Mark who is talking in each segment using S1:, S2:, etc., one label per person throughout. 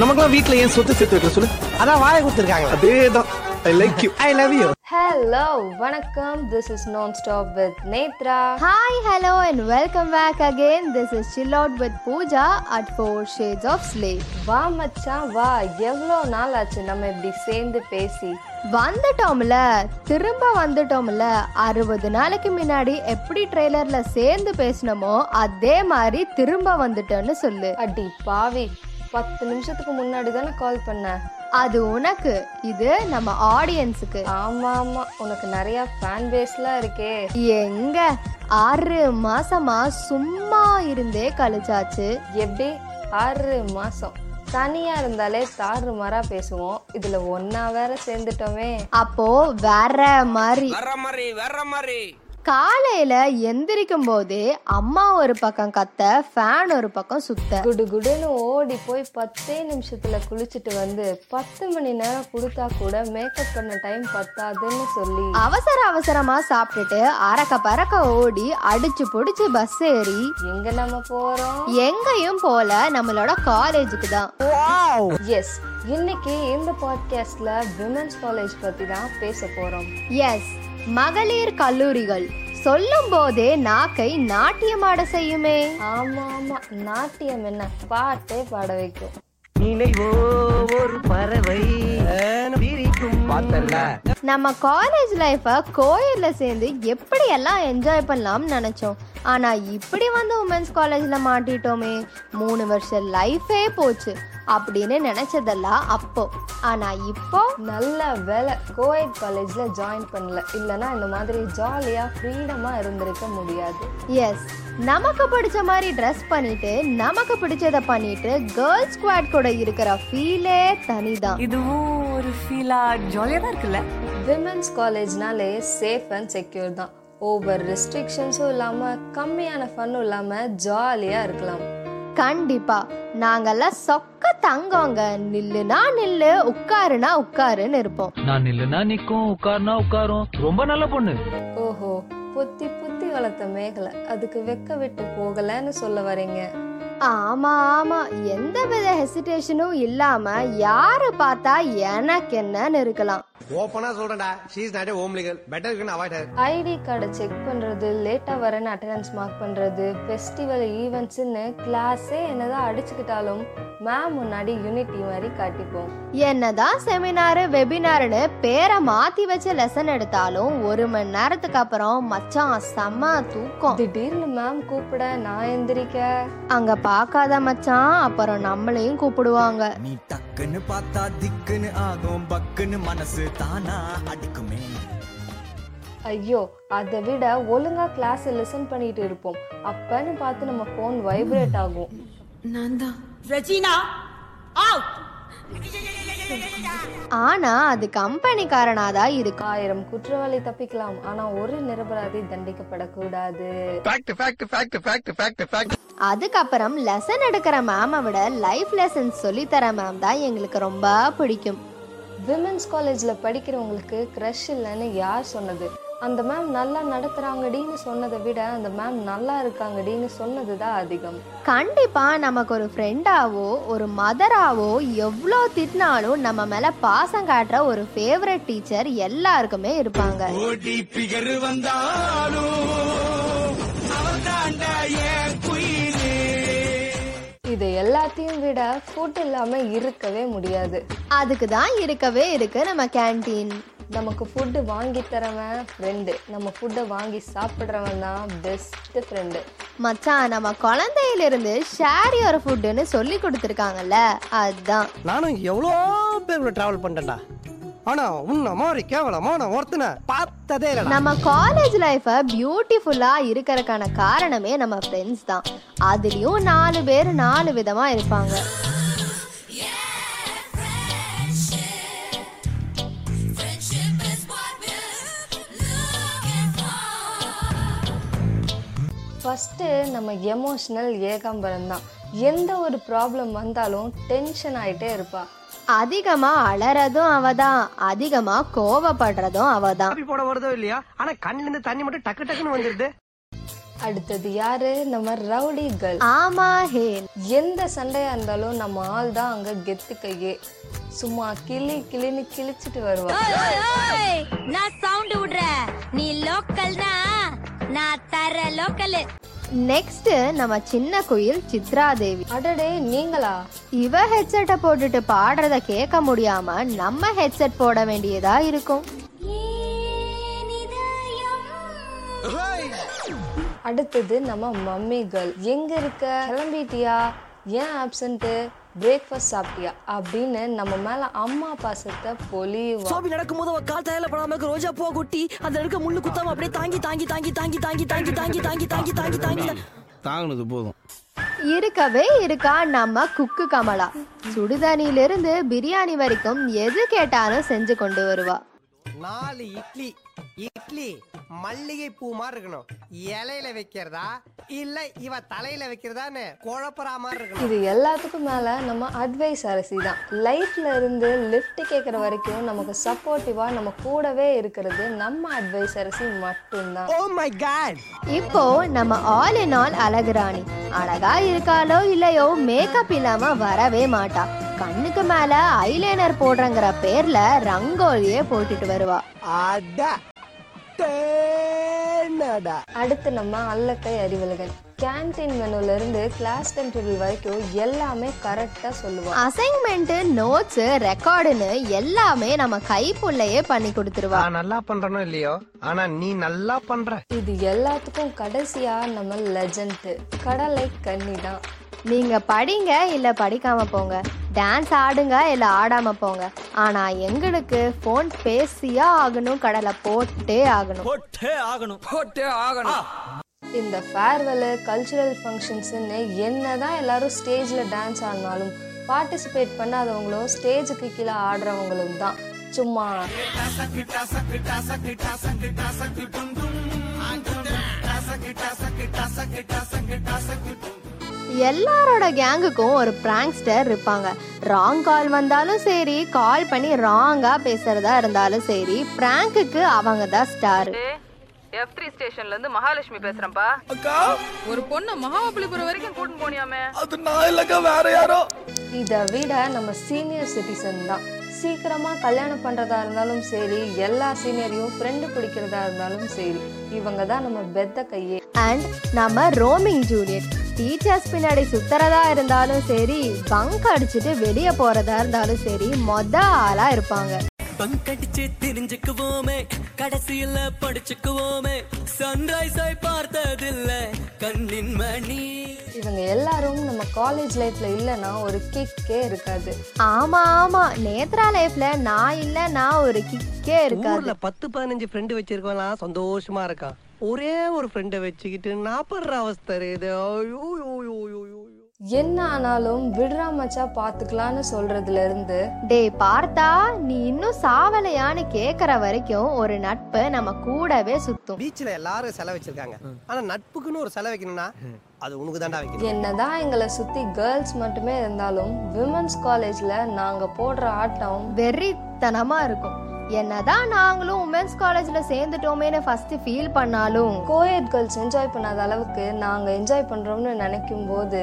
S1: நமக்குலாம் வீட்ல ஏன் சொத்து சேர்த்து வைக்கல சொல்லு
S2: அதான் வாயை கொடுத்துருக்காங்களா
S1: அதேதான் I like you
S2: I love you
S3: hello வணக்கம் this is non stop with Nethra
S4: Hi, hello, and welcome back again. This is Chill Out with Pooja at Four Shades of Slay.
S3: வா மச்சான் வா எவ்வளோ நாள் ஆச்சு நம்ம இப்படி சேர்ந்து பேசி
S4: வந்துட்டோம்ல திரும்ப வந்துட்டோம்ல அறுபது நாளைக்கு முன்னாடி எப்படி ட்ரெய்லர்ல சேர்ந்து பேசினோமோ அதே மாதிரி திரும்ப வந்துட்டோன்னு சொல்லு
S3: அடி பாவி பத்து நிமிஷத்துக்கு முன்னாடி தானே கால் பண்ணேன்
S4: அது உனக்கு இது நம்ம ஆடியன்ஸுக்கு
S3: ஆமா ஆமா உனக்கு நிறைய ஃபேன் பேஸ்லாம் இருக்கே
S4: எங்க ஆறு மாசமா சும்மா இருந்தே கழிச்சாச்சு
S3: எப்படி ஆறு மாசம் தனியா இருந்தாலே தாறு மாறா பேசுவோம் இதுல ஒன்னா வேற சேர்ந்துட்டோமே
S4: அப்போ வேற மாதிரி காலையில எந்திரிக்கும் போதே அம்மா ஒரு பக்கம் கத்த ஃபேன் ஒரு பக்கம் சுத்த
S3: குடு குடுன்னு ஓடி போய் பத்தே நிமிஷத்துல குளிச்சுட்டு வந்து பத்து மணி நேரம் கொடுத்தா கூட மேக்கப் பண்ண டைம் பத்தாதுன்னு சொல்லி
S4: அவசர அவசரமா சாப்பிட்டுட்டு அரக்க பறக்க ஓடி அடிச்சு புடிச்சு பஸ் ஏறி
S3: எங்க நம்ம போறோம்
S4: எங்கேயும் போல நம்மளோட காலேஜுக்கு தான்
S3: எஸ் இன்னைக்கு இந்த பாட்காஸ்ட்ல விமன்ஸ் காலேஜ் பத்தி தான் பேச போறோம்
S4: எஸ் மகளிர் கல்லூரிகள் சொல்லும் போதே நாக்கை நாட்டியமாட செய்யுமே
S3: ஆமா ஆமா நாட்டியம் என்ன பாட்டே பாட வைக்கும்
S2: நினைவோ ஒரு பறவை பிரிக்கும் பார்த்தல
S4: நம்ம காலேஜ் லைஃபை கோயில்ல சேர்ந்து எப்படியெல்லாம் என்ஜாய் பண்ணலாம்னு நினச்சோம் ஆனால் இப்படி வந்து உமன்ஸ் காலேஜில் மாட்டிட்டோமே மூணு வருஷம் லைஃபே போச்சு அப்படின்னு நினச்சதெல்லாம் அப்போ ஆனால் இப்போ
S3: நல்ல வேலை கோஎட் காலேஜ்ல ஜாயின் பண்ணல இல்லனா இந்த மாதிரி ஜாலியா ஃப்ரீடமா இருந்திருக்க முடியாது
S4: எஸ் நமக்கு பிடிச்ச மாதிரி ட்ரெஸ் பண்ணிட்டு நமக்கு பிடிச்சதை பண்ணிட்டு கேர்ள்ஸ் ஸ்குவாட் கூட இருக்கிற ஃபீலே தனிதான்
S5: இதுவும் ஒரு ஃபீலா ஜாலியா தான் இருக்குல்ல
S3: விமன்ஸ் காலேஜ்னாலே சேஃப் அண்ட் செக்யூர் தான் ஓவர் ரெஸ்ட்ரிக்ஷன்ஸும் இல்லாமல் கம்மியான ஃபன்னும் இல்லாமல் ஜாலியாக இருக்கலாம்
S4: கண்டிப்பா நாங்கெல்லாம் சொக்க தங்கோங்க நில்லுனா நில்லு உட்காருனா உட்காருன்னு இருப்போம்
S6: நான் இல்லைன்னா நிக்கும் உட்காருனா உட்காரும் ரொம்ப நல்ல பொண்ணு
S3: ஓஹோ புத்தி புத்தி வளர்த்த மேகலை அதுக்கு வெக்க விட்டு போகலைன்னு சொல்ல வரீங்க
S4: ஆமா ஆமா எந்த வித ஹெசிடேஷனும் இல்லாம யாரு பார்த்தா எனக்கு என்னன்னு இருக்கலாம்
S2: ஓப்பனா சொல்றேன்டா she's not home legal better இருக்குன்னு அவாய்ட்
S3: ஐடி கார்டை செக் பண்ணுறது லேட்டாக வரேன்னு அட்டெண்டன்ஸ் மார்க் பண்ணுறது ஃபெஸ்டிவல் ஈவெண்ட்ஸ்னு கிளாஸே என்னதான் அடிச்சுக்கிட்டாலும் மேம் முன்னாடி யூனிட்டி மாதிரி காட்டிப்போம்
S4: என்னதான் செமினாரு வெபினார்னு பேரை மாத்தி வச்சு லெசன் எடுத்தாலும் ஒரு மணி நேரத்துக்கு அப்புறம் மச்சான் செம்ம தூக்கம்
S3: திடீர்னு மேம் கூப்பிட நான் எந்திரிக்க
S4: அங்க பார்க்காத மச்சான் அப்புறம் நம்மளையும் கூப்பிடுவாங்க
S7: நீ டக்குன்னு பார்த்தா திக்குன்னு ஆகும் பக்குன்னு மனசு தானா அடிக்குமே
S3: ஐயோ அதை விட ஒழுங்கா கிளாஸ் லிசன் பண்ணிட்டு இருப்போம் அப்பன்னு பார்த்து நம்ம ஃபோன் வைப்ரேட் ஆகும்
S5: ரெஜினா அவுட்
S4: ஆனா அது கம்பெனிக்காரனாதான் இருக்கும்
S3: ஆயிரம் குற்றவாளி தப்பிக்கலாம் ஆனா ஒரு நிரபராதி தண்டிக்கப்படக்கூடாது
S4: அதுக்கப்புறம் லெசன் எடுக்கிற மேமை விட லைஃப் லெசன்ஸ் சொல்லித்தர மேம் தான் எங்களுக்கு ரொம்ப பிடிக்கும்
S3: விமென்ஸ் காலேஜ்ல படிக்கிறவங்களுக்கு க்ரஷ் இல்லைன்னு யார் சொன்னது அந்த மேம் நல்லா நடத்துறாங்கடின்னு சொன்னதை விட அந்த மேம் நல்லா இருக்காங்கடின்னு சொன்னது தான் அதிகம்
S4: கண்டிப்பா நமக்கு ஒரு ஃப்ரெண்டாவோ ஒரு மதராவோ எவ்வளோ திட்டினாலும் நம்ம மேல பாசம் காட்டுற ஒரு ஃபேவரட் டீச்சர் எல்லாருக்குமே இருப்பாங்க
S7: ஓடி பிகர் வந்தாலும் அவர்தாண்டா ஏன் குயிலே
S3: இது எல்லாத்தையும் விட ஃபுட் இல்லாம இருக்கவே முடியாது
S4: அதுக்கு தான் இருக்கவே இருக்கு நம்ம கேண்டீன்
S3: நமக்கு ஃபுட்டு வாங்கி தரவன் ஃப்ரெண்டு நம்ம ஃபுட்டை வாங்கி சாப்பிட்றவன் தான் பெஸ்ட் ஃப்ரெண்டு
S4: மச்சான் நம்ம குழந்தையிலிருந்து ஷேர் யுவர் ஃபுட்டுன்னு சொல்லி கொடுத்துருக்காங்கல்ல அதுதான்
S2: நானும் எவ்வளோ பேர் கூட டிராவல் பண்ணிட்டேன்டா ஆனா உன்ன மாதிரி கேவலமான ஒருத்தனை பார்த்ததே இல்லடா
S4: நம்ம காலேஜ் லைஃபை பியூட்டிஃபுல்லாக இருக்கறதுக்கான காரணமே நம்ம ஃப்ரெண்ட்ஸ் தான் அதுலேயும் நாலு பேர் நாலு விதமாக இருப்பாங்க
S3: ஃபஸ்ட்டு நம்ம எமோஷ்னல் ஏகாம்பரம் தான் எந்த ஒரு ப்ராப்ளம் வந்தாலும் டென்ஷன் ஆகிட்டே இருப்பா
S4: அதிகமாக அலறதும் அவ தான் அதிகமாக கோவப்படுறதும் அவ தான்
S2: காப்பி போட வருதோ இல்லையா ஆனா கண்ணுல இருந்து தண்ணி மட்டும் டக்கு டக்குன்னு வந்துருது
S3: அடுத்தது யாரு நம்ம ரவுடி கேர்ள்
S4: ஆமா ஹே
S3: எந்த சண்டையா இருந்தாலும் நம்ம ஆள் தான் அங்க கெத்து கையே சும்மா கிளி கிளின்னு கிழிச்சிட்டு வருவா
S8: நான் சவுண்ட் விடுற நீ லோக்கல்னா நான் தர லோக்கலு
S4: நெக்ஸ்ட் நம்ம சின்ன குயில் சித்ரா தேவி
S3: அடடே நீங்களா
S4: இவ ஹெட்செட்டை போட்டுட்டு பாடுறத கேட்க முடியாம நம்ம ஹெட்செட் போட வேண்டியதா இருக்கும்
S3: அடுத்தது நம்ம மம்மி கேர்ள் எங்க இருக்க கிளம்பிட்டியா ஏன் ஆப்சண்ட்டு பிரேக்ஃபாஸ்ட் சாப்பிட்டியா அப்படின்னு நம்ம மேல அம்மா பாசத்தை பொலிவா
S9: சோபி நடக்கும்போது அவ கால் தயாரில படாம இருக்க ரோஜா பூ கொட்டி அதுல இருக்க முள்ளு குத்தாம அப்படியே தாங்கி தாங்கி தாங்கி தாங்கி தாங்கி தாங்கி தாங்கி தாங்கி தாங்கி தாங்கி தாங்கி தாங்கி
S10: தாங்கினது போதும்
S4: இருக்கவே இருக்கா நம்ம குக்கு கமலா சுடுதண்ணியிலிருந்து பிரியாணி வரைக்கும் எது கேட்டாலும் செஞ்சு கொண்டு வருவா
S2: நாலு இட்லி இட்லி மல்லிகை பூ மாதிரி இருக்கணும் இலையில வைக்கிறதா இல்ல இவ தலையில வைக்கிறதான்னு குழப்பறா மாதிரி இருக்கணும்
S3: இது எல்லாத்துக்கும் மேல நம்ம அட்வைஸ் அரசி தான் லைஃப்ல இருந்து லிஃப்ட் கேட்குற வரைக்கும் நமக்கு சப்போர்ட்டிவா நம்ம கூடவே இருக்கிறது நம்ம அட்வைஸ் அரசி மட்டும்தான்
S2: ஓ மை காட்
S4: இப்போ நம்ம ஆல் இன் ஆல் அழகுராணி அழகா இருக்காளோ இல்லையோ மேக்கப் இல்லாம வரவே மாட்டா கண்ணுக்கு மேல ஐலைனர் போடுறங்கிற பேர்ல ரங்கோலியே போட்டுட்டு வருவா
S2: அடா தேனடா
S3: அடுத்து நம்ம அல்லக்கை அறிவலகன் கேன்டீன் மெனுல இருந்து கிளாஸ் டைம் டேபிள் வரைக்கும் எல்லாமே கரெக்டா சொல்லுவான்
S4: அசைன்மெண்ட் நோட்ஸ் ரெக்கார்டுன்னு எல்லாமே நம்ம கைப்புள்ளையே பண்ணி கொடுத்துருவா
S2: நான் நல்லா பண்றனோ இல்லையோ ஆனா நீ நல்லா பண்ற
S3: இது எல்லாத்துக்கும் கடைசியா நம்ம லெஜண்ட் கடலை கன்னி தான்
S4: நீங்க படிங்க இல்ல படிக்காம போங்க டான்ஸ் ஆடுங்க இல்ல ஆடாம போங்க ஆனா எங்களுக்கு ஃபோன் பேசியா ஆகணும் கடலை போட்டே ஆகணும்
S7: போட்டே ஆகணும் போட்டே ஆகணும்
S3: இந்த ஃபேர்வெல் கல்ச்சுரல் ஃபங்க்ஷன்ஸ்னு என்னதான் எல்லாரும் ஸ்டேஜில் டான்ஸ் ஆடினாலும் பார்ட்டிசிபேட் பண்ணாதவங்களும் ஸ்டேஜுக்கு கீழே ஆடுறவங்களும் தான் சும்மா
S4: எல்லாரோட கேங்குக்கும் ஒரு பிராங்க்ஸ்டர் இருப்பாங்க ராங் கால் வந்தாலும் சரி கால் பண்ணி ராங்கா பேசுறதா இருந்தாலும் சரி பிராங்குக்கு அவங்க தான் ஸ்டார்
S5: எஃப் த்ரீ ஸ்டேஷன்ல இருந்து மகாலட்சுமி பேசுறேன்பா ஒரு பொண்ணு மகாபலிபுரம் வரைக்கும் கூட்டு போனியாமே
S7: அது நான் இல்லக்கா வேற யாரோ
S3: இதை விட நம்ம சீனியர் சிட்டிசன் தான் சீக்கிரமாக கல்யாணம் பண்ணுறதா இருந்தாலும் சரி எல்லா சீனியரையும் ஃப்ரெண்டு பிடிக்கிறதா இருந்தாலும் சரி இவங்க தான் நம்ம பெத்த கையே
S4: அண்ட் நம்ம ரோமிங் ஜூனியர் டீச்சர்ஸ் பின்னாடி சுத்துறதா இருந்தாலும் சரி பங்க் அடிச்சுட்டு வெளியே போறதா இருந்தாலும் சரி மொத ஆளா இருப்பாங்க
S9: பங்க் அடிச்சு தெரிஞ்சுக்குவோமே கடைசியில படிச்சுக்குவோமே சன்ரைஸ் ஆய் பார்த்ததில்ல கண்ணின் மணி
S3: இவங்க எல்லாரும் நம்ம காலேஜ் லைஃப்பில் இல்லைன்னா ஒரு கிக்கே இருக்காது
S4: ஆமா ஆமா நேத்ரா லைஃப்ல நான் இல்ல நான் ஒரு கிக்கே இருக்காது
S2: ஊர்ல பத்து பதினஞ்சு ஃப்ரெண்டு வச்சிருக்கவன்லாம் சந்தோஷமா இருக்கான் ஒரே ஒரு ஃப்ரெண்டை வச்சுக்கிட்டு நான் படுற அவஸ்தை இது ஐயோ, ஐயோ, ஐயோ, ஐயோ, ஐயோ.
S3: என்ன ஆனாலும் விடுறா மச்சா பார்த்துக்கலான்னு சொல்கிறதுல இருந்து
S4: டேய் பார்த்தா நீ இன்னும் சாவலையான்னு கேக்குற வரைக்கும் ஒரு நட்பு நம்ம கூடவே சுத்தும்
S2: பீச்ல எல்லாரும் செலவு வச்சிருக்காங்க ஆனா நட்புக்குன்னு ஒரு செலவு வைக்கணும்னா அது உனக்கு தாண்டா வைக்கணும்
S3: என்னதான் எங்களை சுத்தி கேர்ள்ஸ் மட்டுமே இருந்தாலும் விமன்ஸ் காலேஜ்ல நாங்க போடுற ஆட்டம்
S4: வெறித்தனமா இருக்கும் என்னதான் நாங்களும் உமன்ஸ் காலேஜ்ல சேர்ந்துட்டோமேன்னு ஃபர்ஸ்ட் ஃபீல் பண்ணாலும்
S3: கோயட் கேர்ள்ஸ் என்ஜாய் பண்ணாத அளவுக்கு நாங்க என்ஜாய் பண்றோம்னு நினைக்கும் போது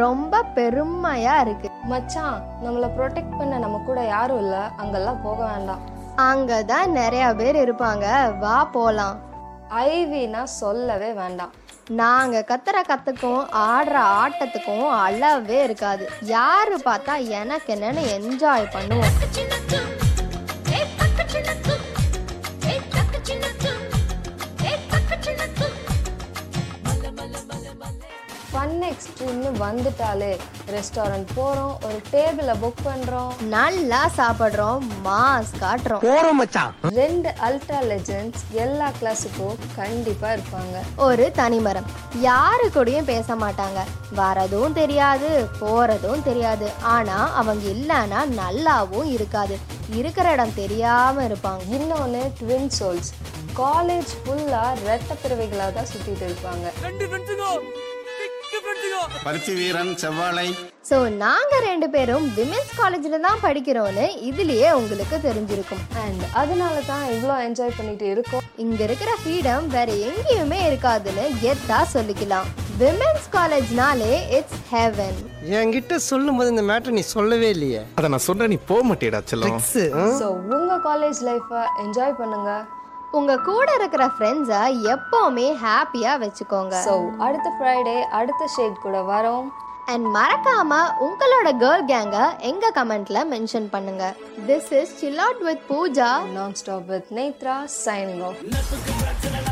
S4: ரொம்ப பெருமையா இருக்கு
S3: மச்சான் நம்மள ப்ரொடெக்ட் பண்ண நம்ம கூட யாரும் இல்ல அங்கெல்லாம் போக வேண்டாம்
S4: அங்கதான் நிறைய பேர் இருப்பாங்க வா போலாம்
S3: ஐவினா சொல்லவே வேண்டாம்
S4: நாங்க கத்துற கத்துக்கும் ஆடுற ஆட்டத்துக்கும் அளவே இருக்காது யாரு பார்த்தா எனக்கு என்னன்னு என்ஜாய் பண்ணுவோம்
S3: ஃபன் எக்ஸ்ட்ரீம்னு வந்துட்டாலே ரெஸ்டாரண்ட் போறோம் ஒரு டேபிளை புக் பண்றோம்
S4: நல்லா சாப்பிடுறோம் மாஸ் காட்டுறோம்
S2: போறோம் மச்சான்
S3: ரெண்டு அல்ட்ரா லெஜெண்ட்ஸ் எல்லா கிளாஸுக்கும் கண்டிப்பா இருப்பாங்க
S4: ஒரு தனிமரம் யாரு கூடயும் பேச மாட்டாங்க வரதும் தெரியாது போறதும் தெரியாது ஆனா அவங்க இல்லைன்னா நல்லாவும் இருக்காது இருக்கிற இடம் தெரியாம இருப்பாங்க
S3: இன்னொன்று ட்வின் சோல்ஸ் காலேஜ் ஃபுல்லாக ரெட்ட பிறவைகளாக தான் சுற்றிட்டு இருப்பாங்க
S9: ரெண்டு ஃப்ரெண்ட்ஸுங்க
S10: பருத்தி வீரன் செவ்வாழை
S4: ஸோ நாங்கள் ரெண்டு பேரும் விமென்ஸ் காலேஜில் தான் படிக்கிறோன்னு இதுலேயே உங்களுக்கு தெரிஞ்சிருக்கும்
S3: அண்ட் அதனால தான் இவ்வளோ என்ஜாய் பண்ணிட்டு இருக்கோம்
S4: இங்கே இருக்கிற ஃப்ரீடம் வேற எங்கேயுமே இருக்காதுன்னு எத்தா சொல்லிக்கலாம் விமென்ஸ் காலேஜ்னாலே இட்ஸ் ஹெவன்
S2: என்கிட்ட சொல்லும் போது இந்த மேட்டர் நீ சொல்லவே இல்லையே
S1: அத நான் சொன்ன நீ போக மாட்டேடா செல்லம்
S3: ஸோ உங்கள் காலேஜ் லைஃப்பை என்ஜாய் பண்ணுங்கள்
S4: உங்கள் கூட இருக்கிற ஃப்ரெண்ட்ஸை எப்போவுமே ஹாப்பியாக வச்சுக்கோங்க
S3: ஸோ அடுத்த ஃப்ரைடே அடுத்த ஷேட் கூட வரோம்
S4: அண்ட் மறக்காம உங்களோட கேர்ள் கேங்கை எங்க கமெண்ட்ல மென்ஷன் பண்ணுங்க this is chill out with Pooja
S3: நான் stop with Nethra signing of